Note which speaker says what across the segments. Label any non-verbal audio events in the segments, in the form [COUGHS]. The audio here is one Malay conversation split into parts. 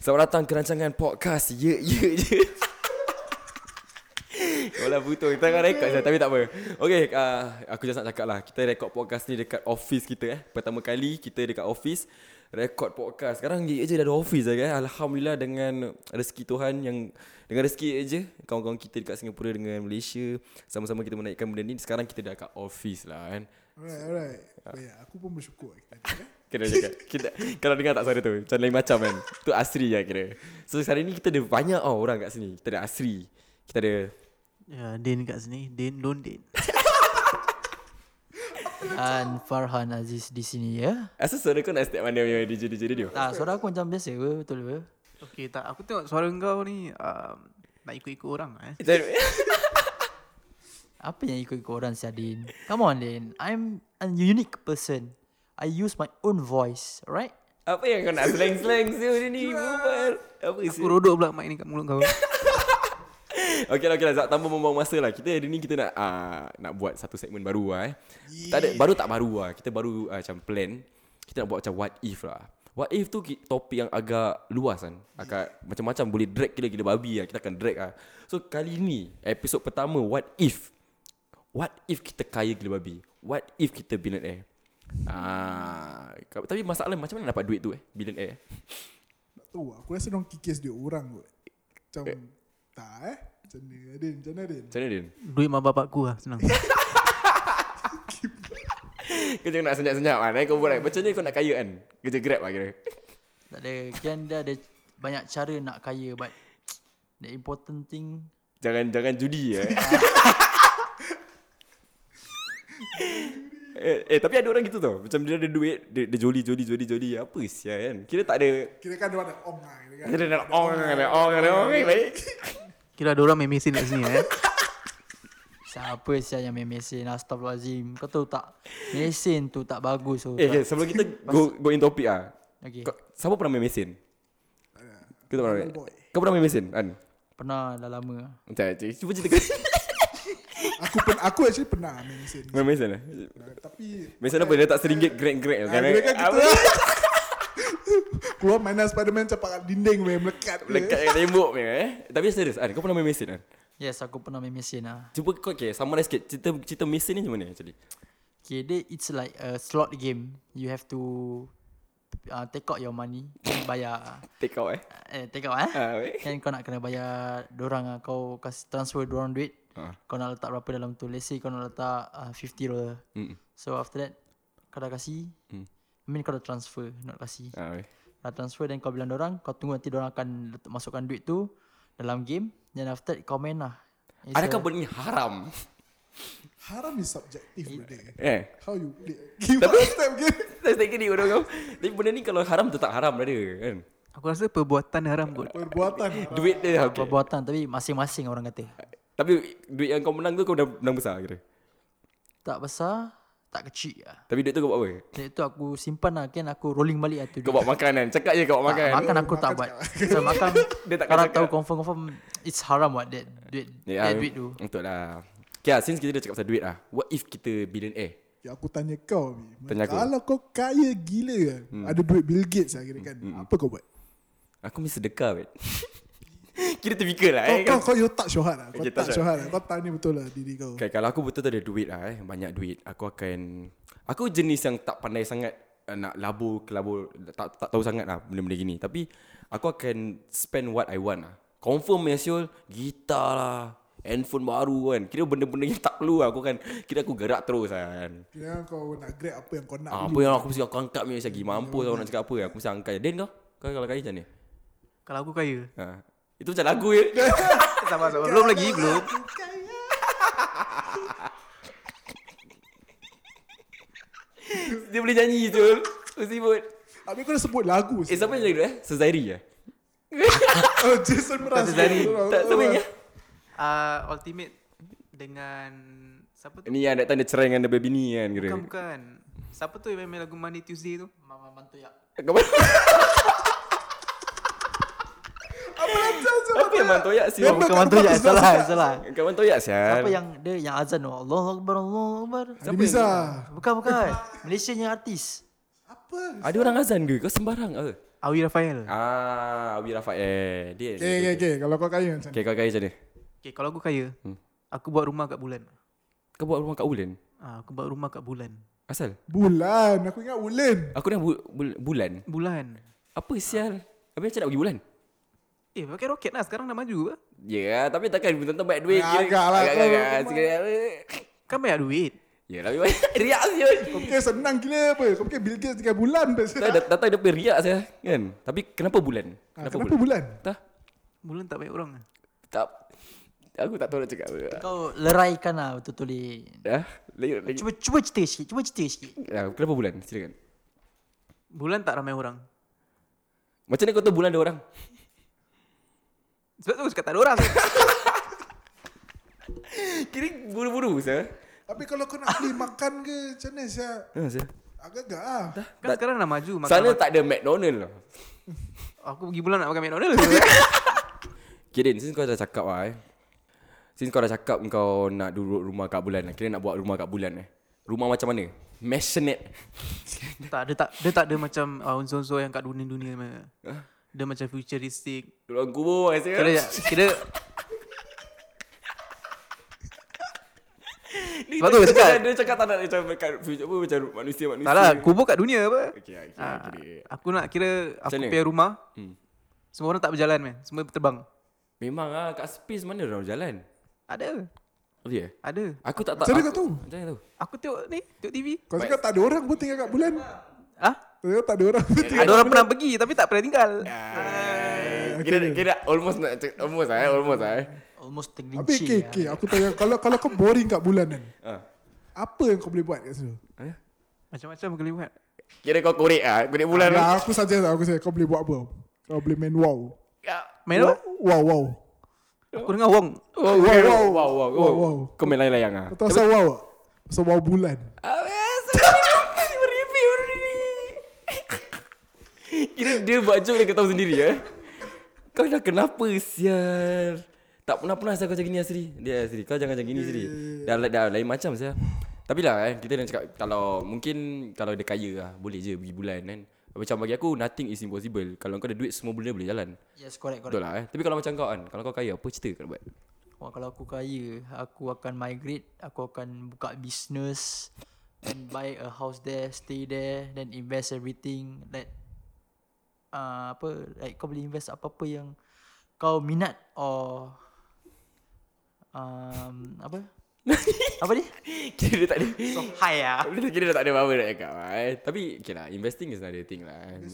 Speaker 1: Selamat datang ke rancangan podcast Ya, Ye Ye Je [LAUGHS] Walau butuh Kita akan rekod saya Tapi tak apa Okay uh, Aku just nak cakap lah Kita rekod podcast ni Dekat office kita eh Pertama kali Kita dekat office Rekod podcast Sekarang Ye Ye Je dah ada office lah kan Alhamdulillah dengan Rezeki Tuhan yang Dengan rezeki Ye Ye Je Kawan-kawan kita dekat Singapura Dengan Malaysia Sama-sama kita menaikkan benda ni Sekarang kita dah kat office lah kan
Speaker 2: Alright, alright. Baik, aku pun bersyukur kita ada, eh.
Speaker 1: Kena cakap kita, Kalau dengar tak suara tu Macam lain macam kan Tu Asri lah kira So hari ni kita ada banyak oh, orang kat sini Kita ada Asri Kita ada
Speaker 3: Ya, Din kat sini. Din, don't Din. Dan Farhan Aziz di sini ya.
Speaker 1: Asal suara kau nak step mana punya DJ-DJ radio
Speaker 3: Tak, suara aku macam biasa ke betul ke?
Speaker 4: Okay tak Aku tengok suara kau ni um, Nak ikut-ikut orang eh
Speaker 1: Macam-
Speaker 3: Apa yang ikut ikut orang sia Din? Come on Din. I'm a unique person. I use my own voice, alright?
Speaker 1: Apa yang kau nak slang-slang siu dia ni Bubar Apa isi
Speaker 4: Aku rodok pula mic ni kat mulut kau
Speaker 1: Okay lah, okay lah Zak tanpa membuang masa lah Kita hari ni kita nak uh, Nak buat satu segmen baru lah eh tak ada, Baru tak baru lah Kita baru uh, macam plan Kita nak buat macam what if lah What if tu ki- topik yang agak luas kan Agak macam-macam boleh drag gila-gila babi lah Kita akan drag lah So kali ni Episod pertama what if What if kita kaya gila babi What if kita billionaire Ah, ka- tapi masalah macam mana dapat duit tu eh Billionaire
Speaker 2: Tak tahu, lah, aku rasa dong kikis dia orang kot. Macam, tak eh. Macam mana, Din? Macam mana, Din?
Speaker 1: Macam mana Din?
Speaker 4: [LAUGHS] Duit mak bapak aku lah Senang
Speaker 1: [LAUGHS] Kau jangan nak senyap-senyap kan eh? Kau buat kan? Macam mana kau nak kaya kan Kerja grab lah kira
Speaker 3: Tak ada kian dia ada banyak cara nak kaya but the important thing
Speaker 1: Jangan jangan judi
Speaker 2: [LAUGHS]
Speaker 1: eh. eh, eh tapi ada orang gitu tau. Macam dia ada duit, dia, dia joli joli joli joli apa sia kan. Kira tak ada
Speaker 2: Kira kan dia ada ong lah. Kira kan.
Speaker 1: kira dia nak ong ada ong ada ong eh, baik.
Speaker 4: Kira ada orang main mesin kat sini eh
Speaker 3: Siapa sia yang main mesin Astagfirullahaladzim Kau tahu tak Mesin tu tak bagus so,
Speaker 1: Eh, okay, sebelum kita go go in topic ah.
Speaker 3: okay.
Speaker 1: Kau, siapa pernah main mesin? Kita pernah. main-
Speaker 2: Boy.
Speaker 1: Kau pernah main mesin kan?
Speaker 3: Pernah dah lama lah.
Speaker 1: Macam cuba cerita kau.
Speaker 2: Aku pun, aku actually pernah main mesin.
Speaker 1: main mesin lah.
Speaker 2: Tapi,
Speaker 1: Mesin apa? Dia tak seringgit grek-grek
Speaker 2: ah,
Speaker 1: kan?
Speaker 2: kira kan
Speaker 1: Apa?
Speaker 2: kita [LAUGHS] Keluar mainan Spiderman capak kat dinding weh, melekat. weh.
Speaker 1: Lekat kat tembok punya, eh. Tapi serius, An, kau pernah main mesin kan?
Speaker 3: Yes aku pernah main mesin lah
Speaker 1: Cuba kau okay, summarize sikit cerita cerita mesin ni macam mana actually?
Speaker 3: Okay, dia it's like a slot game. You have to uh, take out your money, then bayar.
Speaker 1: Take out eh.
Speaker 3: Eh, take out eh.
Speaker 1: Ah, weh.
Speaker 3: Kan kau nak kena bayar dorang ah. Kau kasi transfer dorang duit.
Speaker 1: Ah.
Speaker 3: Kau nak letak berapa dalam tu? Let's say kau nak letak uh, 50 dollar.
Speaker 1: Mm.
Speaker 3: So after that, kau dah kasi.
Speaker 1: Mm.
Speaker 3: I mean kau dah transfer, not kasi.
Speaker 1: Ah, weh.
Speaker 3: Dah transfer then kau bilang dorang, kau tunggu nanti dorang akan letak, masukkan duit tu dalam game. Then after that, kau main lah. It's
Speaker 1: Adakah
Speaker 3: a-
Speaker 1: benda ni haram?
Speaker 2: Haram is subjective brother.
Speaker 1: [LAUGHS] Eh.
Speaker 2: How you play? Give us time game.
Speaker 1: Saya [LAUGHS] tak kena orang kau. Tapi benda ni kalau haram tetap haram brother kan.
Speaker 4: Aku rasa perbuatan haram kot
Speaker 2: Perbuatan. haram.
Speaker 1: Duit dia okay.
Speaker 3: perbuatan tapi masing-masing orang kata.
Speaker 1: Tapi duit yang kau menang tu kau dah menang besar kira.
Speaker 3: Tak besar, tak kecil lah.
Speaker 1: Tapi duit tu kau buat apa?
Speaker 3: Duit tu aku simpan lah kan aku rolling balik lah tu
Speaker 1: Kau
Speaker 3: duit.
Speaker 1: buat makanan. Cakap je kau buat
Speaker 3: Makan,
Speaker 1: makan.
Speaker 3: Ah, makan lah. aku tak buat. [LAUGHS] So makan
Speaker 1: Dia tak
Speaker 3: kalau
Speaker 1: cakap. Ya,
Speaker 3: tahu confirm confirm it's haram what that duit yeah, that duit tu.
Speaker 1: Betul lah. Okay lah, since kita dah cakap pasal duit lah. What if kita billionaire?
Speaker 2: Ya, aku tanya kau ni.
Speaker 1: Tanya aku. Hmm.
Speaker 2: Kalau kau kaya gila kan, ada duit Bill Gates lah kira kan. Apa kau buat?
Speaker 1: Aku mesti sedekah [LAUGHS] bet. kira typical lah
Speaker 2: Kau,
Speaker 1: eh.
Speaker 2: kau, kau, you touch your heart lah. Kau
Speaker 1: Okay, touch
Speaker 2: touch your heart lah. Kau tanya betul lah diri kau.
Speaker 1: Okay, Kan, kalau aku betul-betul ada duit lah eh, banyak duit, aku akan aku jenis yang tak pandai sangat uh, nak labur ke labur tak tak tahu sangat lah benda-benda gini. Tapi aku akan spend what I want lah. Confirm ya Syul, gitar lah, handphone baru kan. Kira benda-benda yang tak perlu lah. aku kan kira aku gerak terus lah kan.
Speaker 2: Kira kau nak grab apa yang kau nak.
Speaker 1: Ah,
Speaker 2: dulu.
Speaker 1: apa yang aku mesti aku angkat punya Syagi. Mampus aku nak cakap apa. Aku mesti angkat. Dan kau? Kau kalau kaya macam ni?
Speaker 4: Kalau aku kaya
Speaker 1: Ha. Itu macam lagu je. [LAUGHS]
Speaker 4: Sabar sabar Belum lagi belum
Speaker 1: Dia boleh nyanyi tu. Mesti pun.
Speaker 2: Habis kau dah sebut lagu.
Speaker 1: Eh, siapa yang nyanyi tu eh? Sezairi eh?
Speaker 2: Oh Jason Mraz
Speaker 4: Tazari.
Speaker 1: Tak sebenarnya
Speaker 4: Ah, ultimate dengan siapa tu?
Speaker 1: Ni yang datang dia cerai dengan dia baby ni kan kira
Speaker 4: Bukan bukan. Siapa tu yang main lagu Monday Tuesday tu?
Speaker 3: Mama bantu ya.
Speaker 1: Kau- [LAUGHS]
Speaker 2: Apa lah Jason
Speaker 1: Apa yang mantoyak sial
Speaker 2: Memang-
Speaker 3: Bukan bantu ya, salah, salah.
Speaker 1: Kau mantoyak sial
Speaker 3: Siapa yang dia yang azan tu? Allahu Akbar, Allahu Akbar.
Speaker 2: Hadi Miza
Speaker 3: Bukan, bukan. Malaysia punya artis.
Speaker 2: Apa
Speaker 1: Ada orang azan ke? Kau sembarang ke?
Speaker 4: Awi Rafael.
Speaker 1: Ah, Abi Rafael Dia
Speaker 2: Okay okay okay Kalau kau kaya macam
Speaker 1: Okay, kau kaya macam mana?
Speaker 4: Okay, kalau aku kaya, aku buat rumah kat bulan.
Speaker 1: Kau buat rumah kat Ulen?
Speaker 4: Ah, aku buat rumah kat bulan.
Speaker 1: Asal?
Speaker 2: Bulan Aku ingat Ulen
Speaker 1: Aku dah bu- bul- bulan
Speaker 4: Bulan.
Speaker 1: Apa sial? Habis macam nak pergi bulan?
Speaker 4: Eh, pakai roket lah. Sekarang dah maju ke?
Speaker 1: Ya, yeah, tapi takkan tentu banyak duit
Speaker 2: Ya, agak lah.
Speaker 1: Agak, agak,
Speaker 2: Kau-
Speaker 1: agak.
Speaker 4: Kan banyak duit.
Speaker 1: Ya, tapi banyak [LAUGHS] riak sial
Speaker 2: Okay senang gila apa Kau fikir Bill Gates 3 bulan pun.
Speaker 1: Tak, dat- datang dia pergi riak saya kan. Tapi kenapa bulan?
Speaker 2: Ah, Kenapa bulan?
Speaker 1: Tak,
Speaker 4: Bulan tak banyak orang.
Speaker 1: tak. Aku tak tahu nak cakap apa.
Speaker 3: Kau leraikan lah betul-betul ni.
Speaker 1: Dah, lagi, lagi.
Speaker 3: Cuba cuba cerita sikit, cuba cerita sikit.
Speaker 1: Ah, kenapa bulan? Silakan.
Speaker 4: Bulan tak ramai orang.
Speaker 1: Macam mana kau tahu bulan ada orang?
Speaker 4: Sebab tu aku cakap tak ada
Speaker 1: [LAUGHS]
Speaker 4: orang. Kan
Speaker 1: Kira buru-buru saya.
Speaker 2: Tapi kalau kau nak beli makan ke Macam mana siap
Speaker 1: Ha, saya.
Speaker 2: Agak-agak lah
Speaker 4: kan sekarang dah maju. Makan
Speaker 1: Sana tak ada McDonald lah.
Speaker 4: Aku pergi bulan nak makan
Speaker 1: [LAUGHS]
Speaker 4: McDonald's.
Speaker 1: Kirin, since kau dah cakap lah eh. Since kau dah cakap kau nak duduk rumah kat bulan lah. Kira nak buat rumah kat bulan eh. Rumah macam mana? [LAUGHS] Maisonette.
Speaker 4: [LAUGHS] tak, dia tak, dia tak ada macam uh, unsur-unsur yang kat dunia-dunia. punya. Dia macam
Speaker 1: [LAUGHS]
Speaker 4: futuristik.
Speaker 1: Ruang kubur lah saya.
Speaker 4: Kira, ya.
Speaker 1: [LAUGHS]
Speaker 4: kira
Speaker 1: Dia
Speaker 4: Sebab tu
Speaker 1: cakap-
Speaker 4: cakap.
Speaker 1: Dia cakap tak nak macam kat future apa macam manusia-manusia.
Speaker 4: tak lah, kubur kat dunia apa.
Speaker 1: Okay, okay,
Speaker 4: Ah,
Speaker 1: okay.
Speaker 4: aku nak kira aku
Speaker 1: mana?
Speaker 4: punya rumah,
Speaker 1: Hmm.
Speaker 4: semua orang tak berjalan man. Semua terbang.
Speaker 1: Memang ah kat space mana orang jalan?
Speaker 4: Ada,
Speaker 1: Oh ya.
Speaker 4: ada.
Speaker 1: Aku tak tak.
Speaker 2: Macam mana
Speaker 1: aku-
Speaker 2: kau tahu?
Speaker 1: Macam mana tahu?
Speaker 4: Aku tengok ni, tengok TV.
Speaker 2: Kau cakap tak ada orang pun tinggal kat bulan
Speaker 4: Ah,
Speaker 2: Kau cakap tak ada orang pun tinggal
Speaker 4: ada orang pernah pergi tapi tak pernah tinggal.
Speaker 1: Ah. Kira kira almost nak cakap- almost ah, eh, almost ah. eh.
Speaker 3: Almost
Speaker 2: Tapi
Speaker 3: tergelincir. lah.
Speaker 2: okay, okay. Aku tanya Kalau kalau kau boring kat bulan kan
Speaker 1: Ah.
Speaker 2: Apa yang kau boleh buat kat situ
Speaker 1: Eh?
Speaker 4: Macam-macam boleh buat.
Speaker 1: Kira kau korek ah, korek bulan.
Speaker 2: Nah,
Speaker 1: ah.
Speaker 2: Ya, aku saja tau, aku saja kau boleh buat apa? Kau boleh main wow.
Speaker 4: Main apa?
Speaker 2: Wow wow.
Speaker 4: Aku dengar Wong.
Speaker 1: Oh, wow, wow, wow, wow,
Speaker 2: Wow,
Speaker 1: wow.
Speaker 2: wow.
Speaker 1: Kau main layang-layang ah.
Speaker 2: Kau tahu pasal wow? tak? Pasal wow bulan.
Speaker 1: Abis Kau review ni [LAUGHS] Kira dia buat joke dia kau tahu sendiri eh Kau dah kenapa sial Tak pernah-pernah saya kau macam gini Asri Dia Asri kau jangan macam gini Asri Dah, dah lain macam saya Tapi lah eh Kita nak cakap Kalau mungkin Kalau dia kaya lah Boleh je pergi bulan kan Macam bagi aku Nothing is impossible Kalau kau ada duit Semua benda boleh jalan
Speaker 3: Yes, correct, correct.
Speaker 1: Betul lah eh Tapi kalau macam kau kan Kalau kau kaya Apa cerita kau nak buat
Speaker 3: Wah, kalau aku kaya, aku akan migrate, aku akan buka business and buy a house there, stay there, then invest everything like uh, apa like kau boleh invest apa-apa yang kau minat or um, [LAUGHS] apa? apa ni?
Speaker 1: Kira dia tak ada
Speaker 3: So high ah.
Speaker 1: Dia kira dah tak ada apa-apa nak cakap lah, eh. Tapi okay lah Investing is another thing lah kan.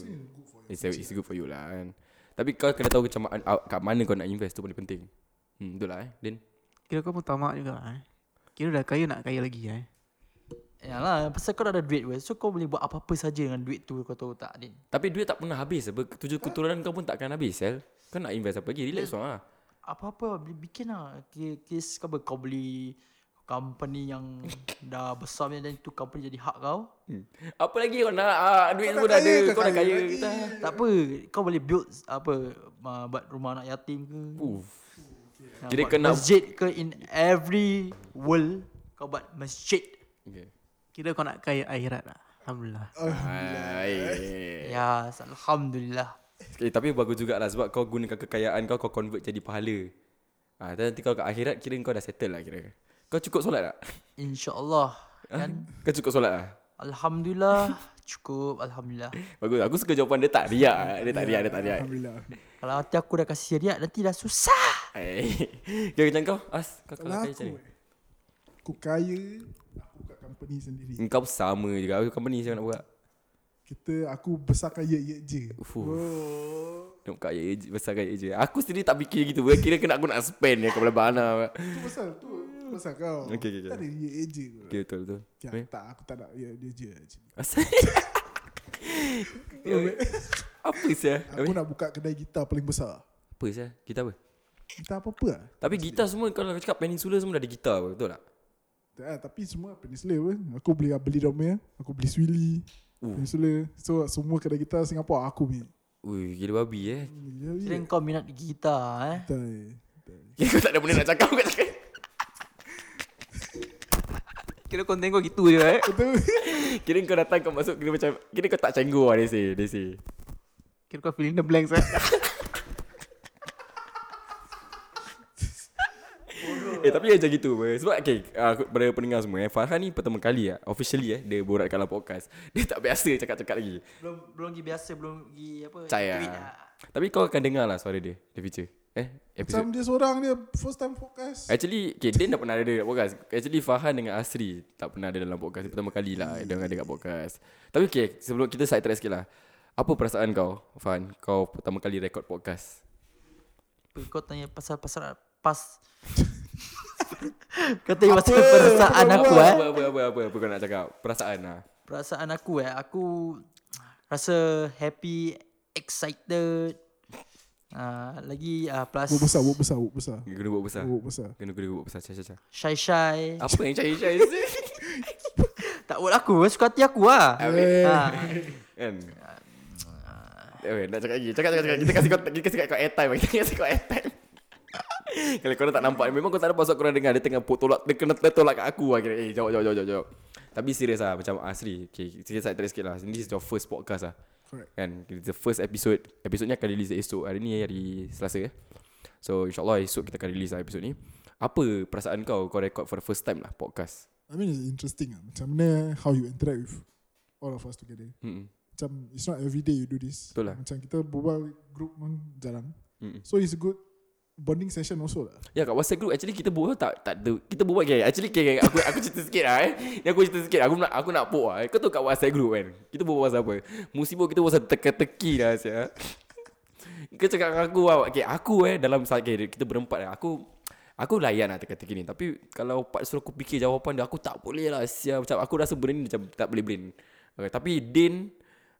Speaker 1: It's, a, it's good for you lah kan Tapi kau kena tahu macam mana- ah, Kat mana kau nak invest tu paling penting hmm, Betul lah eh Din
Speaker 4: Kira kau pun tamak juga eh. Kira dah kaya nak kaya lagi eh.
Speaker 3: Yalah, pasal kau dah ada duit weh. So kau boleh buat apa-apa saja dengan duit tu kau tahu tak, Din?
Speaker 1: Tapi duit tak pernah habis apa. Tujuh keturunan kau pun tak akan habis sel Kau nak invest apa lagi Relax seorang lah
Speaker 3: apa-apa boleh bikin lah. Ki- Kes kau ber- kau beli company
Speaker 1: [LAUGHS]
Speaker 3: yang dah besar punya dan tu company jadi hak kau.
Speaker 1: Hmm. Apa lagi kau nak ah, Duit
Speaker 2: Kau
Speaker 1: semua
Speaker 2: dah
Speaker 1: dah ada
Speaker 2: kaya,
Speaker 1: Kau
Speaker 2: kau
Speaker 1: dah
Speaker 2: kaya
Speaker 1: kaya
Speaker 2: lagi.
Speaker 1: kita
Speaker 3: Tak apa, kau boleh build apa uh, buat rumah anak yatim ke.
Speaker 1: Uff
Speaker 3: nak
Speaker 1: Uh, Jadi
Speaker 3: buat
Speaker 1: kau nak-
Speaker 3: masjid ke in every world kau buat masjid.
Speaker 1: okay.
Speaker 4: Kira kau nak kaya akhirat lah. Alhamdulillah.
Speaker 1: Oh. Hai.
Speaker 3: Ya, alhamdulillah.
Speaker 1: Okay, Eh, tapi bagus jugalah sebab kau gunakan kekayaan kau kau convert jadi pahala. Ah, ha, nanti kau kat akhirat kira kau dah settle lah kira. Kau cukup solat tak? Ah,
Speaker 3: Insya-Allah. Kan?
Speaker 1: Kau cukup solat lah.
Speaker 3: Alhamdulillah. [LAUGHS] Cukup alhamdulillah.
Speaker 1: Bagus. Aku suka jawapan dia tak riak. eh. Dia tak riak, dia tak riak.
Speaker 2: Alhamdulillah.
Speaker 3: Kalau hati aku dah kasih riak nanti dah susah.
Speaker 1: Eh. Kau macam kau? As, kau kalau kaya
Speaker 2: Kalau aku,
Speaker 1: macam
Speaker 2: eh, aku kaya, aku buka company sendiri.
Speaker 1: ni? Kau sama juga. Aku company saya nak buat.
Speaker 2: Kita aku besarkan ye ye je.
Speaker 1: Fuh. Nak buka kaya je, besar kaya je. Aku sendiri tak fikir gitu. Kira kena aku nak spend ya kepala bana.
Speaker 2: Tu pasal tu pasal kau.
Speaker 1: Okay, okay, okay.
Speaker 2: Tak ada ye ye je. Okay.
Speaker 1: Okay, betul betul.
Speaker 2: Ya. Tak, aku tak nak ye ye je.
Speaker 1: Asal. Apa sia?
Speaker 2: Aku nak buka kedai gitar paling besar.
Speaker 1: Apa sia? Gitar apa?
Speaker 2: Gitar apa-apa lah.
Speaker 1: Tapi gitar semua kalau kau cakap peninsula semua dah ada gitar apa, betul tak?
Speaker 2: Tak lah, tapi semua peninsula pun. Aku boleh beli domnya, aku beli swilly,
Speaker 1: Ooh.
Speaker 2: peninsula. So semua kedai gitar Singapura aku punya.
Speaker 1: Ui, gila babi [LAUGHS] eh.
Speaker 2: Ya,
Speaker 3: Kira
Speaker 2: ya.
Speaker 3: kau minat gitar eh
Speaker 2: Tai.
Speaker 1: Kau tak ada benda nak cakap kau cakap.
Speaker 4: Kira konten kau gitu je eh
Speaker 2: Betul.
Speaker 1: [LAUGHS] Kira kau datang kau masuk kira macam kira kau tak cenggu lah dia say, dia say.
Speaker 4: Kira kau fill in the blanks eh [LAUGHS]
Speaker 1: Eh tapi macam gitu apa. Sebab okay, ah, aku, pada pendengar semua eh, Farhan ni pertama kali lah Officially eh Dia borak dalam podcast [LAUGHS] Dia tak biasa cakap-cakap lagi
Speaker 3: Belum belum pergi biasa Belum pergi apa
Speaker 1: Percaya
Speaker 3: tweet
Speaker 4: ah.
Speaker 3: lah.
Speaker 1: Tapi kau akan dengar lah suara dia The future Eh
Speaker 2: Macam
Speaker 1: episode
Speaker 2: dia seorang dia first time podcast.
Speaker 1: Actually okay, Dan tak pernah ada dalam podcast Actually Farhan dengan Asri Tak pernah ada dalam podcast Pertama kali lah Dia orang ada kat podcast Tapi okay Sebelum kita side track sikit lah Apa perasaan kau Farhan Kau pertama kali record podcast
Speaker 3: Apa, Kau tanya pasal pasal Pas [LAUGHS] Kau tanya pasal perasaan aku eh
Speaker 1: Apa apa apa apa, apa kau nak cakap Perasaan lah
Speaker 3: Perasaan aku eh Aku Rasa happy Excited uh, Lagi uh, Plus
Speaker 2: Wuk besar, wuk besar, wuk besar.
Speaker 1: Kena buat besar
Speaker 2: Wuk besar.
Speaker 1: Kena kena buat besar Cai cai cai
Speaker 3: Shy shy
Speaker 1: Apa yang cai cai [LAUGHS] cai?
Speaker 3: Tak buat aku Suka hati aku lah ha.
Speaker 1: Kan Okay, nak cakap lagi Cakap cakap cakap Kita kasih kau Kita kasih kau airtime [LAUGHS] Kita kasih kau airtime Kalau korang tak nampak Memang kau tak nampak Sebab korang dengar Dia tengah put tolak Dia kena tertolak kat aku lah Kira eh jawab jawab jawab jawab, jawab Tapi serius lah Macam Asri Okay kita side track sikit lah This is your first podcast lah
Speaker 2: Correct.
Speaker 1: Kan It's the first episode Episode ni akan release esok Hari ni hari Selasa eh So insyaAllah esok kita akan release lah episode ni Apa perasaan kau Kau record for the first time lah podcast
Speaker 2: I mean it's interesting lah. Macam mana how you interact with all of us together.
Speaker 1: Mm-mm.
Speaker 2: Macam it's not every day you do this.
Speaker 1: Betul lah.
Speaker 2: Macam kita berbual group pun jarang.
Speaker 1: Mm-mm.
Speaker 2: So it's a good bonding session also lah.
Speaker 1: Ya kat WhatsApp group actually kita buat tak tak ada kita buat okay, actually okay, okay, aku aku cerita sikit lah eh. Ni aku cerita sikit. Aku nak aku nak pok lah. eh. Kau tahu kat WhatsApp group kan. Kita buat pasal apa? Musibah kita pasal teka-teki lah sia. Kau cakap dengan aku lah okay, Aku eh dalam okay, Kita berempat lah Aku Aku layan lah teka-teki ni Tapi Kalau Pak suruh aku fikir jawapan dia Aku tak boleh lah sia. Macam aku rasa benda ni Macam tak boleh blend okay, Tapi Din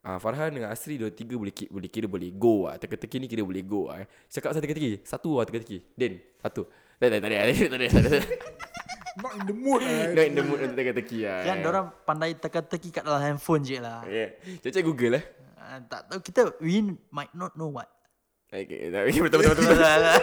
Speaker 1: uh, Farhan dengan Asri Dua tiga boleh, ki- boleh Kira boleh go lah Teka-teki ni kira boleh go lah eh. Cakap pasal teka-teki Satu lah teka-teki Din Satu Tak ada tak ada Tak ada tak ada
Speaker 2: Not in the mood
Speaker 1: [LAUGHS]
Speaker 2: lah.
Speaker 1: Not in the mood untuk teka-teki lah
Speaker 3: Kan orang pandai teka-teki kat dalam handphone je lah
Speaker 1: yeah. Cakap Google lah
Speaker 3: uh, Tak tahu kita We might not know what
Speaker 1: Okay, tak- okay, betul, betul, betul, betul, betul.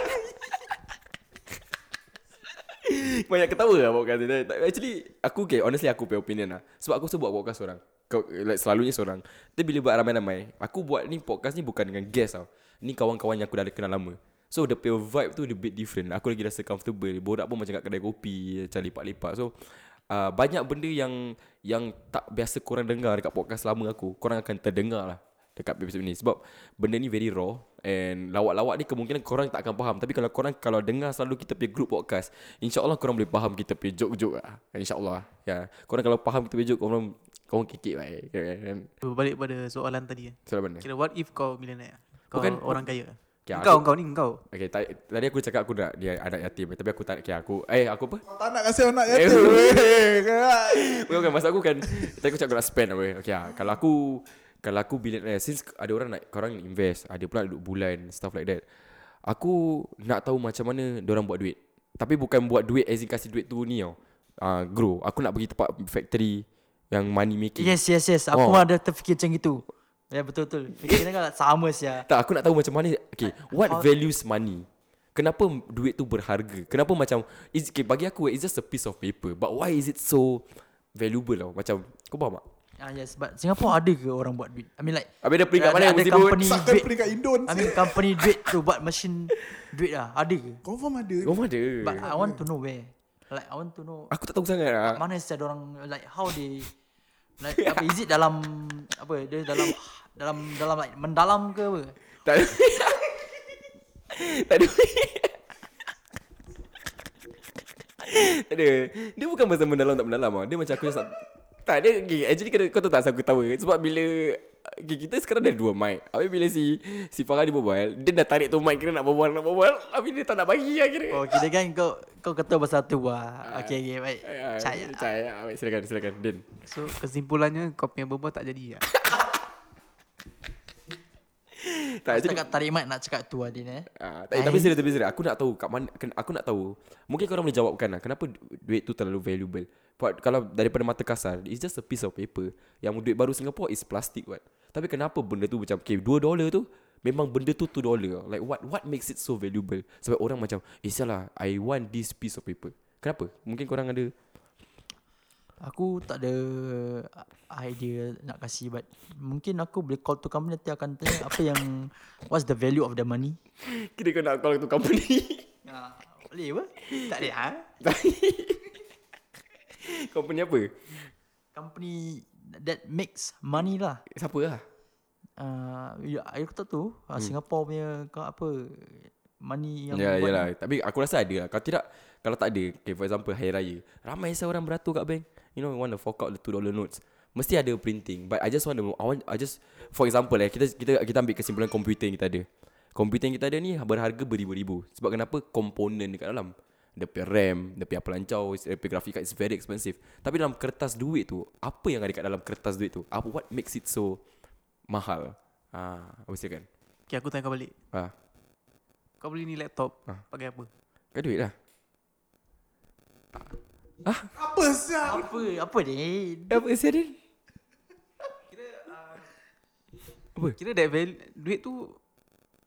Speaker 1: Banyak ketawa lah podcast ni Tak- Actually Aku okay Honestly aku punya opinion lah Sebab aku selalu buat podcast seorang Kau, like, Selalunya seorang Tapi bila buat ramai-ramai Aku buat ni podcast ni Bukan dengan guest tau Ni kawan-kawan yang aku dah kenal lama So the pure vibe tu A bit different lah. Aku lagi rasa comfortable Borak pun macam kat kedai kopi Macam lipat-lipat So uh, Banyak benda yang Yang tak biasa korang dengar Dekat podcast lama aku Korang akan terdengar lah dekat episode ni sebab benda ni very raw and lawak-lawak ni kemungkinan korang tak akan faham tapi kalau korang kalau dengar selalu kita punya group podcast insyaallah korang boleh faham kita punya joke-joke lah insyaallah ya korang kalau faham kita punya joke korang korang kikik lah eh. Kira- kira- kira-
Speaker 4: Berbalik pada soalan tadi eh.
Speaker 1: soalan mana
Speaker 4: Kira what if kau millionaire Kau
Speaker 1: Bukan-
Speaker 4: orang kaya
Speaker 1: Okay,
Speaker 4: Engkau, engkau ni engkau
Speaker 1: okay ta- tadi aku cakap aku nak dia anak yatim tapi aku tak okay, aku eh aku apa
Speaker 2: Tak nak kasi anak
Speaker 1: Eh,
Speaker 2: yatim.
Speaker 1: [LAUGHS] Bukan, bukan masa aku kan Tadi aku cakap aku nak spend apa Okay lah Kalau aku Kalau aku billionaire eh, Since ada orang nak Korang invest Ada pula duduk bulan Stuff like that Aku nak tahu macam mana Diorang buat duit Tapi bukan buat duit As in kasih duit tu ni tau uh, Grow Aku nak pergi tempat Factory Yang money making
Speaker 3: Yes yes yes Aku
Speaker 1: Oh.
Speaker 3: oh. ada terfikir macam itu Ya betul-betul Fikiran kan sama sia
Speaker 1: Tak aku nak tahu macam mana Okay What
Speaker 3: How-
Speaker 1: values money Kenapa duit tu berharga Kenapa macam is, okay, Bagi aku eh, It's just a piece of paper But why is it so Valuable tau Macam Kau faham tak
Speaker 3: ah, Yes but Singapore ada ke orang buat duit I mean like
Speaker 1: Habis dia peringkat mana yang
Speaker 3: Ada
Speaker 1: mesti pun
Speaker 3: company
Speaker 2: Sakkan
Speaker 3: duit
Speaker 2: peringkat Indon.
Speaker 3: I mean company duit tu buat mesin duit lah Ada ke
Speaker 2: Confirm ada.
Speaker 1: Rumah ada
Speaker 3: But I want to know where Like I want to know
Speaker 1: Aku tak tahu sangat lah
Speaker 3: mana sia orang like how they like apa is it dalam apa dia dalam dalam dalam like mendalam ke apa?
Speaker 1: Tak ada Tak ada Tak ada Dia bukan pasal mendalam tak mendalam lah Dia macam aku just nak Tak dia okay, Actually kena, kau tahu tak asal aku ketawa Sebab bila okay, Kita sekarang dah dua mic Habis bila si Si Farah ni berbual Dia dah tarik tu mic Kira nak berbual Nak berbual Habis dia tak nak bagi lah kira
Speaker 3: Oh kira kan kau kau kata pasal tu ah. Okay okay baik.
Speaker 1: Ah,
Speaker 3: Caya.
Speaker 1: Caya Baik, Silakan silakan Din
Speaker 4: eh. So kesimpulannya kau punya berbual tak jadi lah
Speaker 1: tak
Speaker 3: Aku
Speaker 1: actually
Speaker 3: cakap tarik mat nak cakap tu Adin eh.
Speaker 1: Ah, tapi, tapi serius, tapi serius. Aku nak tahu kat mana, ken- aku nak tahu. Mungkin korang boleh jawabkan lah. Kenapa du- duit tu terlalu valuable? Buat, kalau daripada mata kasar, it's just a piece of paper. Yang duit baru Singapore is plastic what. Tapi kenapa benda tu macam, okay, 2 dolar tu, memang benda tu 2 dolar. Like what what makes it so valuable? Sebab orang macam, eh sialah, I want this piece of paper. Kenapa? Mungkin korang ada,
Speaker 3: Aku tak ada idea nak kasih but mungkin aku boleh call to company nanti akan tanya apa yang what's the value of the money.
Speaker 1: kira kau nak call tu company.
Speaker 3: Ah, boleh apa? Tak boleh ah.
Speaker 1: [LAUGHS] company apa?
Speaker 3: Company that makes money lah.
Speaker 1: Siapa lah?
Speaker 3: Uh, ya, aku tak tahu uh, Singapore punya kau apa money yang
Speaker 1: Ya,
Speaker 3: buat
Speaker 1: ya lah. Tapi aku rasa ada lah. Kalau tidak, kalau tak ada, okay, for example, Hari Raya. Ramai saya orang beratur kat bank. You know, want to fork out the $2 notes. Mesti ada printing. But I just want to, I want, I just, for example eh, kita kita kita ambil kesimpulan komputer yang kita ada. Komputer yang kita ada ni berharga beribu-ribu. Sebab kenapa? Komponen dekat dalam. Dia punya RAM, dia punya pelancau, dia punya graphic card is very expensive. Tapi dalam kertas duit tu, apa yang ada kat dalam kertas duit tu? Apa, what makes it so mahal? Ah, apa silakan?
Speaker 4: Okay aku tanya kau balik
Speaker 1: Ah,
Speaker 4: Kau beli ni laptop
Speaker 1: Ah.
Speaker 4: Pakai apa
Speaker 1: kat duit lah.
Speaker 2: Apa siap?
Speaker 3: apa apa ni
Speaker 1: Apa siapa?
Speaker 4: Kira that value Duit tu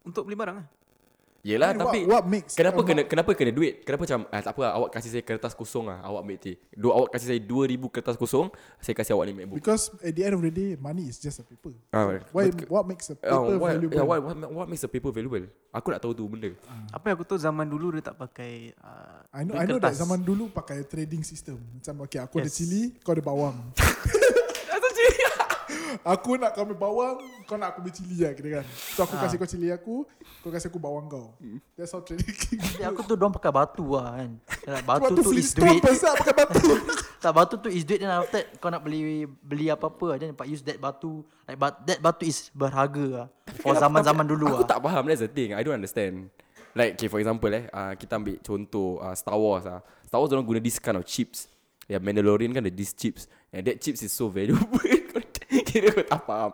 Speaker 4: Untuk beli barang lah
Speaker 1: Yelah
Speaker 2: I mean,
Speaker 1: Lah, tapi
Speaker 2: what- what makes-
Speaker 1: Kenapa
Speaker 2: uh,
Speaker 1: kena Kenapa kena duit Kenapa macam ah, Tak apa lah, awak kasih saya kertas kosong lah Awak ambil teh Dua, Awak kasih saya 2000 kertas kosong Saya kasih awak ni MacBook
Speaker 2: Because at the end of the day, money is just a paper.
Speaker 1: Ah,
Speaker 2: Why,
Speaker 1: but-
Speaker 2: what makes a
Speaker 1: Ah,
Speaker 2: paper
Speaker 1: why-
Speaker 2: valuable?
Speaker 1: yeah, why, what, what makes a paper valuable Aku nak tahu tu benda
Speaker 4: Apa yang aku tahu zaman dulu dia tak pakai uh,
Speaker 2: I know,
Speaker 4: duit
Speaker 2: I know that
Speaker 4: kertas.
Speaker 2: zaman dulu pakai trading system. Macam okay, aku ada
Speaker 4: Yes.
Speaker 2: cili, kau ada
Speaker 1: [LAUGHS]
Speaker 2: bawang. aku nak kau ambil bawang, kau nak aku ambil cili lah kira kan. So
Speaker 1: Ah.
Speaker 2: aku kasih kau cili aku, kau kasih aku bawang kau. That's how trading. [LAUGHS]
Speaker 3: Jadi aku tu dorang pakai batu lah kan Yalah, Batu
Speaker 2: Waktu
Speaker 3: tu is
Speaker 2: Flintstone
Speaker 3: duit
Speaker 2: pasal pakai batu.
Speaker 3: Tak batu tu is duit Then after that Kau nak beli Beli apa-apa Then dapat use that batu Like but, that batu is berharga lah For zaman-zaman dulu
Speaker 1: Aku
Speaker 3: lah
Speaker 1: tak faham That's the thing I don't understand Like okay for example eh uh, Kita ambil contoh uh, Star Wars ah. Star Wars orang guna this kind of chips Ya yeah, Mandalorian kan ada these chips And that chips is so valuable [LAUGHS] Kira kau tak faham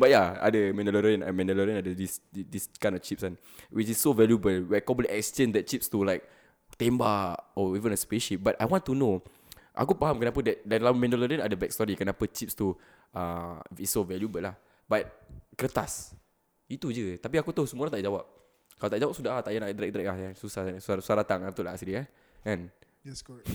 Speaker 1: But yeah Ada Mandalorian uh, Mandalorian ada this This kind of chips kan Which is so valuable Where kau boleh exchange that chips to like Tembak Or even a spaceship But I want to know Aku faham kenapa that, Dalam Mandalorian ada backstory Kenapa chips tu uh, Is so valuable lah But Kertas itu je Tapi aku tahu semua orang tak payah jawab Kalau tak jawab sudah lah Tak payah nak drag-drag lah Susah susah, susah datang lah, Betul lah Asri eh Kan
Speaker 2: yes, correct.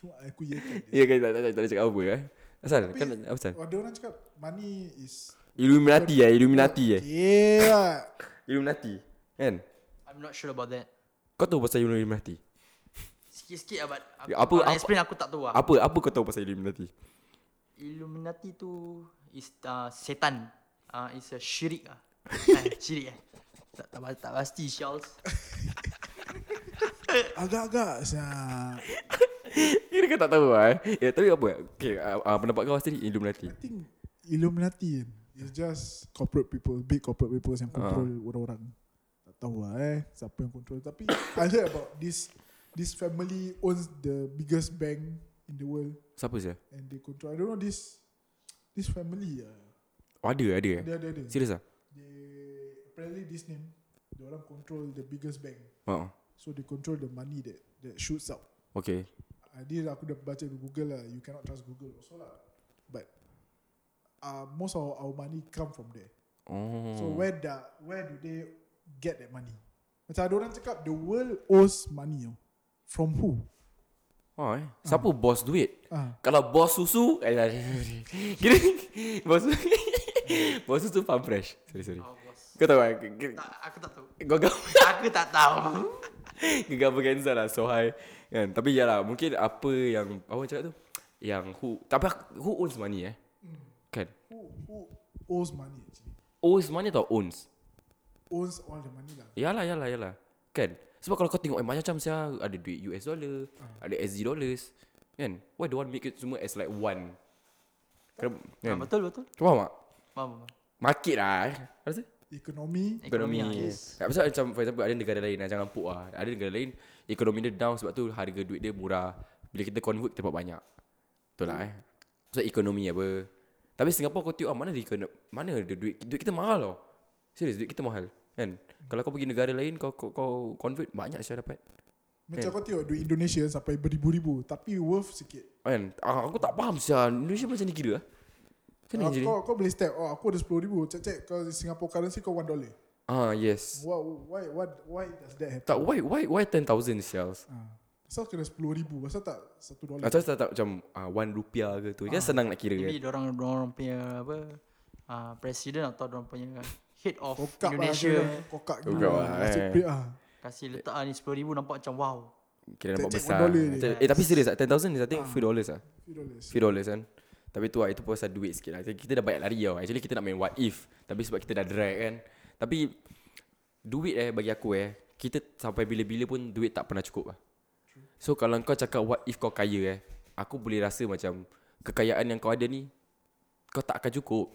Speaker 2: Cuma aku yakan dia.
Speaker 1: Ya kan tak, tak, tak, tak ada cakap apa eh Asal kan apa asal
Speaker 2: Ada orang cakap money is
Speaker 1: Illuminati eh Illuminati eh
Speaker 2: Yeah.
Speaker 1: Illuminati Kan
Speaker 3: I'm not sure about that
Speaker 1: Kau tahu pasal Illuminati
Speaker 3: Sikit-sikit lah but aku,
Speaker 1: Ya, apa-
Speaker 3: kalau nak
Speaker 1: apa-
Speaker 3: explain aku tak tahu lah
Speaker 1: Apa apa kau tahu pasal [LAUGHS] Illuminati
Speaker 3: Illuminati tu is uh, setan. Uh, is a syirik
Speaker 1: [LAUGHS]
Speaker 3: ah. eh, syirik eh. Tak, tak, tak pasti Charles.
Speaker 2: Agak-agak siap.
Speaker 1: Kira kau tak tahu lah eh Ya tapi apa Okay uh, uh, pendapat kau Asri Illuminati
Speaker 2: I think Illuminati kan It's just corporate people Big corporate people Yang control orang-orang Tak tahu lah eh Siapa yang control Tapi [COUGHS] I heard about this This family owns the biggest bank In the world
Speaker 1: Siapa sih
Speaker 2: And they control I don't know this This family lah
Speaker 1: Oh ada ada eh
Speaker 2: Ada ada ada
Speaker 1: Serius lah
Speaker 2: They Apparently this name Dia orang control the biggest bank
Speaker 1: Oh
Speaker 2: So they control the money that That shoots out
Speaker 1: Okay
Speaker 2: Adil aku dah baca di Google lah You cannot trust Google also lah But uh, Most of our money come from there
Speaker 1: Oh
Speaker 2: So where the, where do they get that money? Macam ada orang cakap the world owes money tau. From who?
Speaker 1: oh, eh. Siapa bos duit
Speaker 2: Ah,
Speaker 1: Kalau bos susu eh, dah- Kira [LAUGHS] Bos susu [LAUGHS] Bos susu farm fresh Sorry sorry
Speaker 3: Oh, bos.
Speaker 1: Kau tahu kan ke- ke-
Speaker 3: Tak, aku tak tahu.
Speaker 1: Kau [LAUGHS] kau
Speaker 3: Aku tak tahu.
Speaker 1: Gegabah cancel lah So high kan? Tapi ya lah Mungkin apa yang Awak cakap tu Yang who Tapi aku- who owns money eh Kan
Speaker 2: who who owes money actually?
Speaker 1: Owns money atau owns Ya
Speaker 2: Owns all the money lah.
Speaker 1: Yalah yalah yalah Kan Sebab kalau kau tengok eh, Macam-macam saya Ada duit US dollar Ada SG dollars Kan Why don't want make it semua As like one Kenapa
Speaker 3: Ah,
Speaker 1: kan?
Speaker 3: betul betul.
Speaker 1: Kau faham tak
Speaker 3: Faham. faham.
Speaker 1: Market lah eh. Rasa
Speaker 2: Economy.
Speaker 1: ekonomi. lah.
Speaker 3: ah,
Speaker 1: yes.
Speaker 3: yes.
Speaker 1: Tak pasal macam for example ada negara lain lah, jangan puk lah. Ada negara lain ekonomi dia down sebab tu harga duit dia murah. Bila kita convert kita dapat banyak. Betul lah eh. So ekonomi apa. Tapi Singapore kau tengok ah, mana dia kena, mana ada duit duit kita mahal tau. Serius duit kita mahal kan. Kalau kau pergi negara lain kau kau, kau convert banyak saya dapat.
Speaker 2: Macam kau tengok duit Indonesia sampai beribu-ribu tapi worth sikit.
Speaker 1: Kan? Ah, aku tak faham sia Indonesia macam ni kira. Macam
Speaker 2: Ah,
Speaker 1: ni jadi.
Speaker 2: kau, kau boleh step. Oh, aku ada RM10,000. Cek-cek kau Singapore currency kau $1. dollar.
Speaker 1: Ah, yes.
Speaker 2: Why, why, what, why does that happen?
Speaker 1: Tak why why why 10000 shells.
Speaker 2: Ah. Pasal kena RM10,000. Pasal tak $1. dollar?
Speaker 1: Macam tak tak macam ah, 1 rupiah ke tu. Kan
Speaker 2: Ah,
Speaker 1: senang nak kira kan.
Speaker 3: Maybe orang orang punya apa uh, presiden atau orang punya head of
Speaker 2: Kokak lah
Speaker 3: Indonesia
Speaker 2: kira. Kokak
Speaker 1: Kokak
Speaker 2: gila lah.
Speaker 1: lah,
Speaker 2: Nasib
Speaker 1: eh.
Speaker 2: baik lah.
Speaker 3: kasi letak ah, ni 10000 nampak macam wow.
Speaker 1: Kira nampak
Speaker 2: Cek-cek
Speaker 1: besar.
Speaker 2: $1 je.
Speaker 1: Macam- Eh tapi serius ah 10000 is I think few dollars ah.
Speaker 2: Few dollars.
Speaker 1: Few dollars kan. Tapi tu lah itu pasal duit sikit lah. Kita dah banyak lari tau. Actually kita nak main what if. Tapi sebab kita dah drag kan. Tapi duit eh bagi aku eh. Kita sampai bila-bila pun duit tak pernah cukup lah. So kalau kau cakap what if kau kaya eh. Aku boleh rasa macam kekayaan yang kau ada ni. Kau tak akan cukup.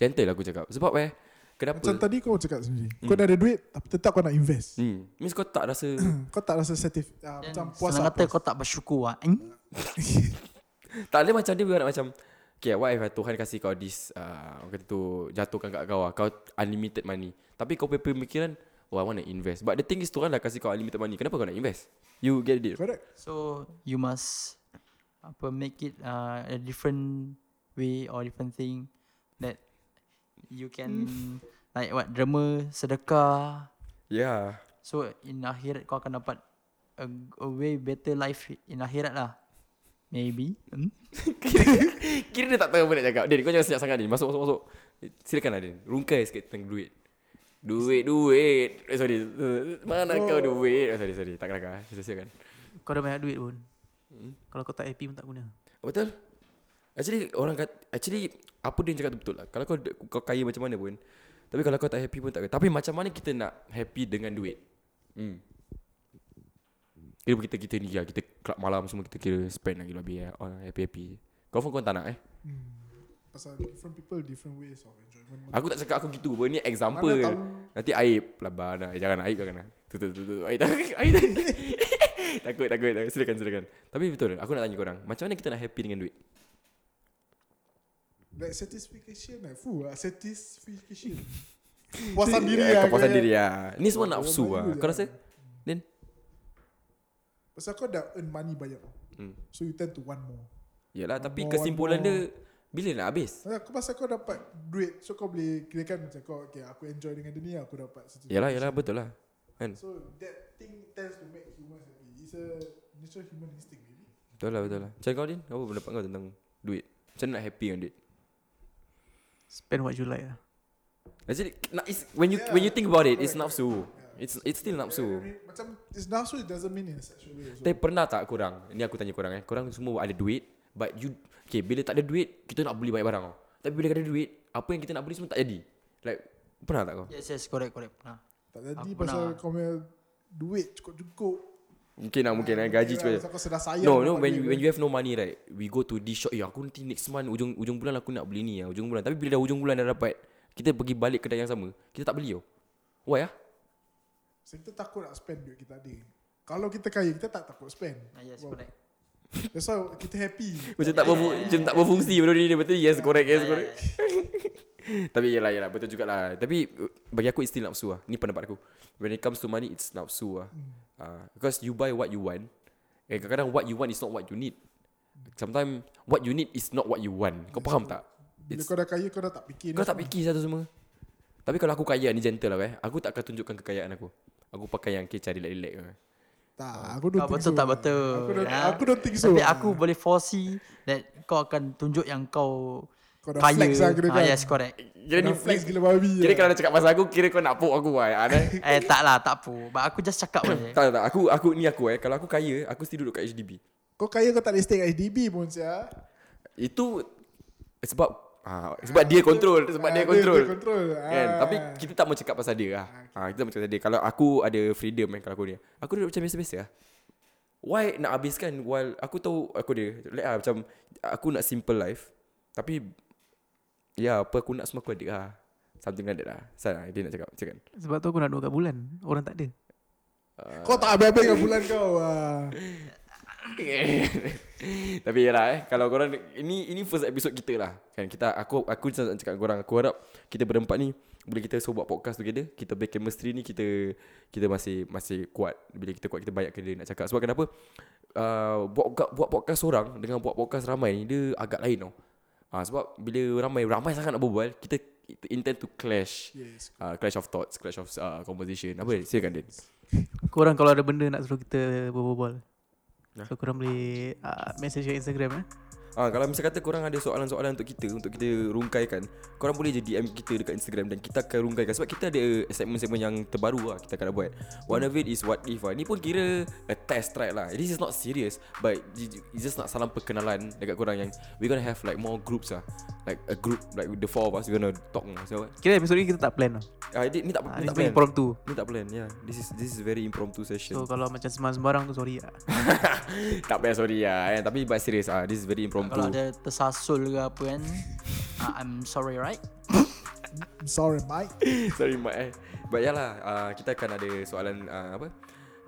Speaker 1: Gentle aku cakap. Sebab eh. Kenapa?
Speaker 2: Macam tadi kau cakap sendiri. Kau dah ada duit tapi tetap kau nak invest.
Speaker 1: hmm. Means kau tak rasa.
Speaker 2: Kau tak rasa satif, ah,
Speaker 3: Dan
Speaker 2: macam puas
Speaker 3: senang
Speaker 2: lah.
Speaker 3: kata
Speaker 2: puas.
Speaker 3: kau tak bersyukur ah. Hmm?
Speaker 1: tak ada macam dia bukan macam. Okay what if eh, Tuhan kasih kau this. Uh, kata tu jatuhkan kat kau lah. Kau unlimited money. Tapi kau punya pemikiran. Oh I want to invest. But the thing is Tuhan dah kasih kau unlimited money. Kenapa kau nak invest? You get it?
Speaker 2: Correct.
Speaker 3: So you must apa make it uh, a different way or different thing that you can
Speaker 2: Hmm.
Speaker 3: like what derma sedekah.
Speaker 1: Yeah.
Speaker 3: So in akhirat kau akan dapat a, a way better life in akhirat lah. Maybe. Hmm?
Speaker 1: [LAUGHS] Kira dia tak tahu apa nak cakap Din kau jangan senyap sangat Din Masuk masuk masuk Silakan lah Din Rungkai sikit tentang duit Duit duit eh, Sorry Eh, Mana oh. kau duit oh, Sorry sorry Tak kelakar Sila silakan
Speaker 4: Kau dah banyak duit pun
Speaker 1: Hmm.
Speaker 4: Kalau kau tak happy pun tak guna
Speaker 1: Betul Actually orang kat Actually Apa Din cakap tu betul lah Kalau kau kau kaya macam mana pun Tapi kalau kau tak happy pun tak Tapi macam mana kita nak Happy dengan duit Hmm Kira kita kita ni ya, Kita club malam semua Kita kira spend lagi lebih ya. Oh, happy-happy Kau pun kau tak nak eh
Speaker 2: Pasal different people, different ways of enjoyment.
Speaker 1: Aku tak cakap aku gitu pun Ni example
Speaker 2: Mana
Speaker 1: je.
Speaker 2: tahu.
Speaker 1: Nanti aib lah bana. Eh, jangan aib jangan. Tu tu tu tu. Aib tak- [LAUGHS] aib. tak- takut, takut takut. Silakan silakan. Tapi betul. Aku nak tanya korang. Macam mana kita nak happy dengan duit?
Speaker 2: Like satisfaction lah. Fuh, lah. satisfaction.
Speaker 1: [LAUGHS]
Speaker 2: Puasan diri lah.
Speaker 1: Eh, Kepuasan
Speaker 2: kau
Speaker 1: diri lah.
Speaker 2: ingat.
Speaker 1: Ni semua
Speaker 2: Orang
Speaker 1: nafsu
Speaker 2: Melayu
Speaker 1: lah.
Speaker 2: je.
Speaker 1: Kau rasa? Din?
Speaker 2: Pasal kau dah earn money banyak.
Speaker 1: Hmm.
Speaker 2: So you tend to want more.
Speaker 1: Yalah tapi
Speaker 2: One more,
Speaker 1: kesimpulan
Speaker 2: one more.
Speaker 1: dia bila nak habis?
Speaker 2: Pasal Aku pasal kau dapat duit. So kau boleh kirakan macam kau, okay aku enjoy dengan dia ni, aku dapat satisfaction.
Speaker 1: Yalah yalah betul lah. Kan?
Speaker 2: So that thing tends to make humans happy. It's a natural human instinct maybe.
Speaker 1: Betul lah betul lah. Macam kau Din? Apa pendapat kau tentang duit? Macam mana nak happy dengan duit?
Speaker 4: Spend what you like lah
Speaker 1: Actually, nak- it's- when you when you think about it, it's nafsu. It's it's still nafsu.
Speaker 2: Macam it's nafsu it doesn't mean in a sexual way. also.
Speaker 1: Tapi pernah tak korang Ni aku tanya korang eh Korang semua ada duit But you Okay bila tak ada duit Kita nak beli banyak barang tau Tapi bila ada duit Apa yang kita nak beli semua tak jadi Like Pernah tak kau?
Speaker 3: Yes yes correct correct. Nah.
Speaker 2: Tak jadi
Speaker 3: Aku
Speaker 2: pasal
Speaker 3: pernah.
Speaker 2: kau punya duit cukup-cukup.
Speaker 1: Mungkin lah mungkin eh Gaji
Speaker 2: Kira
Speaker 1: cukup
Speaker 2: Pasal kau sedar sayang.
Speaker 1: No no when you, when you have no money right We go to this shop Ya aku nanti next month Ujung ujung bulan aku nak beli ni lah Ujung bulan Tapi bila dah ujung bulan dah dapat Kita pergi balik kedai yang sama Kita tak beli tau Why ah?
Speaker 2: Kita takut nak spend duit kita ada. Kalau kita kaya, kita tak takut spend.
Speaker 3: Ah, yes
Speaker 2: Wow.
Speaker 3: correct.
Speaker 2: That's why kita happy.
Speaker 1: Macam tak berfung, macam tak berfungsi benda ni betul yes correct yes correct. [LAUGHS] Tapi yalah yalah betul jugalah. Tapi uh, bagi aku it's still nafsu lah. Ni pendapat aku. When it comes to money it's nafsu lah. Uh, because you buy what you want. Eh kadang-kadang what you want is not what you need. Sometimes what you need is not what you want. Kau faham tak?
Speaker 2: Bila
Speaker 1: It's,
Speaker 2: kau dah kaya, kau dah tak fikir.
Speaker 1: kau tak fikir satu semua. Tapi kalau aku kaya ni gentle lah eh. Aku tak akan tunjukkan kekayaan aku. Aku pakai yang kecari relax-relax. lah.
Speaker 2: Tak, aku don't
Speaker 3: Tak
Speaker 2: think
Speaker 3: Ah, betul
Speaker 2: so.
Speaker 3: tak betul.
Speaker 2: Aku don't,
Speaker 3: Ah.
Speaker 2: aku don't think so.
Speaker 3: Tapi aku boleh foresee that kau akan tunjuk yang kau
Speaker 2: Kau dah
Speaker 3: kaya.
Speaker 2: flex lah kira
Speaker 3: Ah,
Speaker 2: kan.
Speaker 3: yes correct.
Speaker 1: Kira ni
Speaker 2: dah flex gila babi.
Speaker 1: Kira
Speaker 2: lah.
Speaker 1: kalau nak cakap pasal aku Kira kau nak poke aku lah Ada
Speaker 3: eh tak lah tak apa. But aku just cakap je.
Speaker 1: [LAUGHS] Tak tak, tak aku aku ni aku eh kalau aku kaya aku still duduk kat HDB.
Speaker 2: Kau kaya kau tak boleh stay kat HDB pun sia.
Speaker 1: Itu sebab ha, sebab dia control sebab
Speaker 2: Ah,
Speaker 1: dia control.
Speaker 2: Dia control.
Speaker 1: Kan
Speaker 2: Ah.
Speaker 1: tapi kita tak mau cakap pasal dia lah. Ha, kita tak mau cakap pasal dia. Kalau aku ada freedom kan kalau aku ni. Aku duduk macam biasa-biasa lah. Why nak habiskan while aku tahu aku dia like, ah, macam aku nak simple life tapi ya apa aku nak semua aku ada lah. Something like that lah. Sana dia nak cakap kan. cakap.
Speaker 4: Sebab tu aku nak duduk kat bulan Orang tak ada
Speaker 1: Ah.
Speaker 2: Kau tak habis-habis dengan bulan kau. ah.
Speaker 1: [LAUGHS] Tapi yalah eh Kalau korang lah, Ini ini first episode kita lah kan Kita Aku aku just nak cakap dengan korang Aku harap Kita berempat ni bila kita so buat podcast together, kita punya chemistry ni kita kita masih masih kuat. Bila kita kuat kita banyak kerja nak cakap. Sebab kenapa? Uh, buat buat podcast orang dengan buat podcast ramai ni dia agak lain tau. Ah sebab bila ramai ramai sangat nak berbual, kita kita intend to clash.
Speaker 2: Yes.
Speaker 1: Uh, clash of thoughts, clash of uh, conversation. Apa? Silakan Din.
Speaker 4: Korang kalau ada benda nak suruh kita berbual
Speaker 1: Nah.
Speaker 4: So korang boleh uh, message kat Instagram eh.
Speaker 1: Ah kalau misal kata korang ada soalan-soalan untuk kita untuk kita rungkaikan, korang boleh je DM kita dekat Instagram dan kita akan rungkaikan sebab kita ada segmen-segmen yang terbaru lah kita akan buat. One of it is what if lah. Ni pun kira a test try lah. This is not serious but j- j- it's just nak salam perkenalan dekat korang yang we gonna have like more groups lah. Like a group like the four of us we gonna talk lah. So
Speaker 4: Kira episod ni kita tak plan tau.
Speaker 1: ah, ni, ni tak
Speaker 4: Ah,
Speaker 1: ni
Speaker 4: Ni
Speaker 1: tak
Speaker 4: sebenarnya
Speaker 1: plan.
Speaker 4: impromptu.
Speaker 1: Ni tak plan yeah. This is this is very impromptu session.
Speaker 4: So kalau macam sembarang-sembarang tu sorry lah.
Speaker 1: tak payah sorry lah eh. Tapi but serious ah this is very impromptu.
Speaker 3: Kalau ada tersasul ke apa kan ah, I'm sorry right
Speaker 2: I'm sorry, Mike.
Speaker 1: [LAUGHS] Sorry Mak eh But ya lah uh, Kita akan ada soalan uh, Apa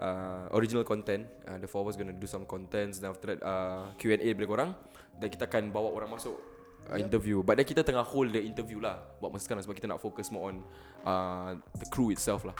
Speaker 1: uh, Original content uh, The four of us gonna do some contents Then after that uh, Q&A daripada korang Dan kita akan bawa orang masuk uh, Interview But then kita tengah hold the interview lah Buat masa sekarang Sebab kita nak fokus more on uh, The crew itself lah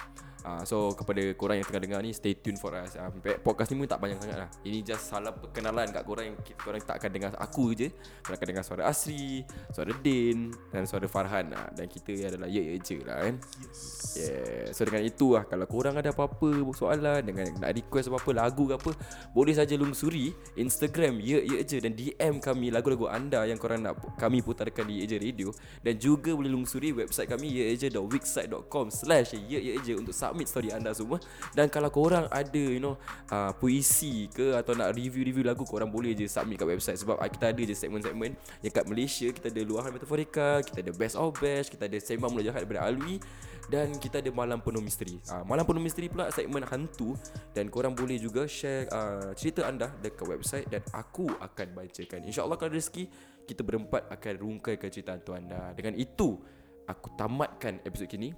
Speaker 1: uh, So kepada korang yang tengah dengar ni Stay tuned for us uh, pe- Podcast ni pun tak panjang sangat lah Ini just salah perkenalan kat korang Yang kita, korang tak akan dengar aku je Korang akan dengar suara Asri Suara Din Dan suara Farhan lah Dan kita adalah Ye Ye Je lah kan
Speaker 2: Yes.
Speaker 1: Yeah. So dengan itu lah Kalau korang ada apa-apa soalan Dengan nak request apa-apa lagu ke apa Boleh saja lungsuri Instagram Ya Ya Je Dan DM kami lagu-lagu anda Yang korang nak pu- kami putarkan di Ya Je Radio Dan juga boleh lungsuri website kami yaeje.wixsite.com Slash Ya Ya Je Untuk submit story anda semua Dan kalau korang ada you know uh, Puisi ke Atau nak review-review lagu Korang boleh je submit kat website Sebab ah, kita ada je segmen-segmen Yang kat Malaysia Kita ada luahan metaforika Kita ada best of best Kita ada sembang mula jahat daripada Alwi dan kita ada malam penuh misteri. Ah, malam penuh misteri pula segmen hantu dan korang boleh juga share ah, cerita anda dekat website dan aku akan bacakan. InsyaAllah kalau ada rezeki kita berempat akan rungkaikan cerita hantu anda. Dengan itu aku tamatkan episod kini.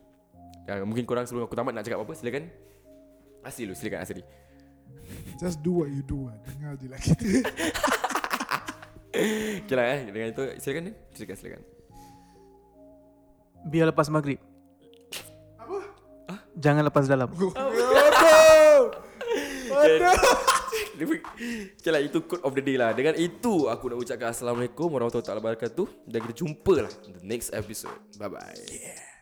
Speaker 1: Ah, mungkin korang sebelum aku tamat nak cakap apa silakan. Asri dulu silakan Asri.
Speaker 2: Just do what you do. Lah. Dengar je lah kita.
Speaker 1: Okay lah eh dengan itu silakan Din. silakan silakan.
Speaker 4: Biar lepas maghrib. Apa? Jangan lepas dalam.
Speaker 1: [LAUGHS] Dia- Okay lah itu code of the day lah Dengan itu aku nak ucapkan Assalamualaikum warahmatullahi wabarakatuh Dan kita jumpa lah in the next episode Bye bye yeah.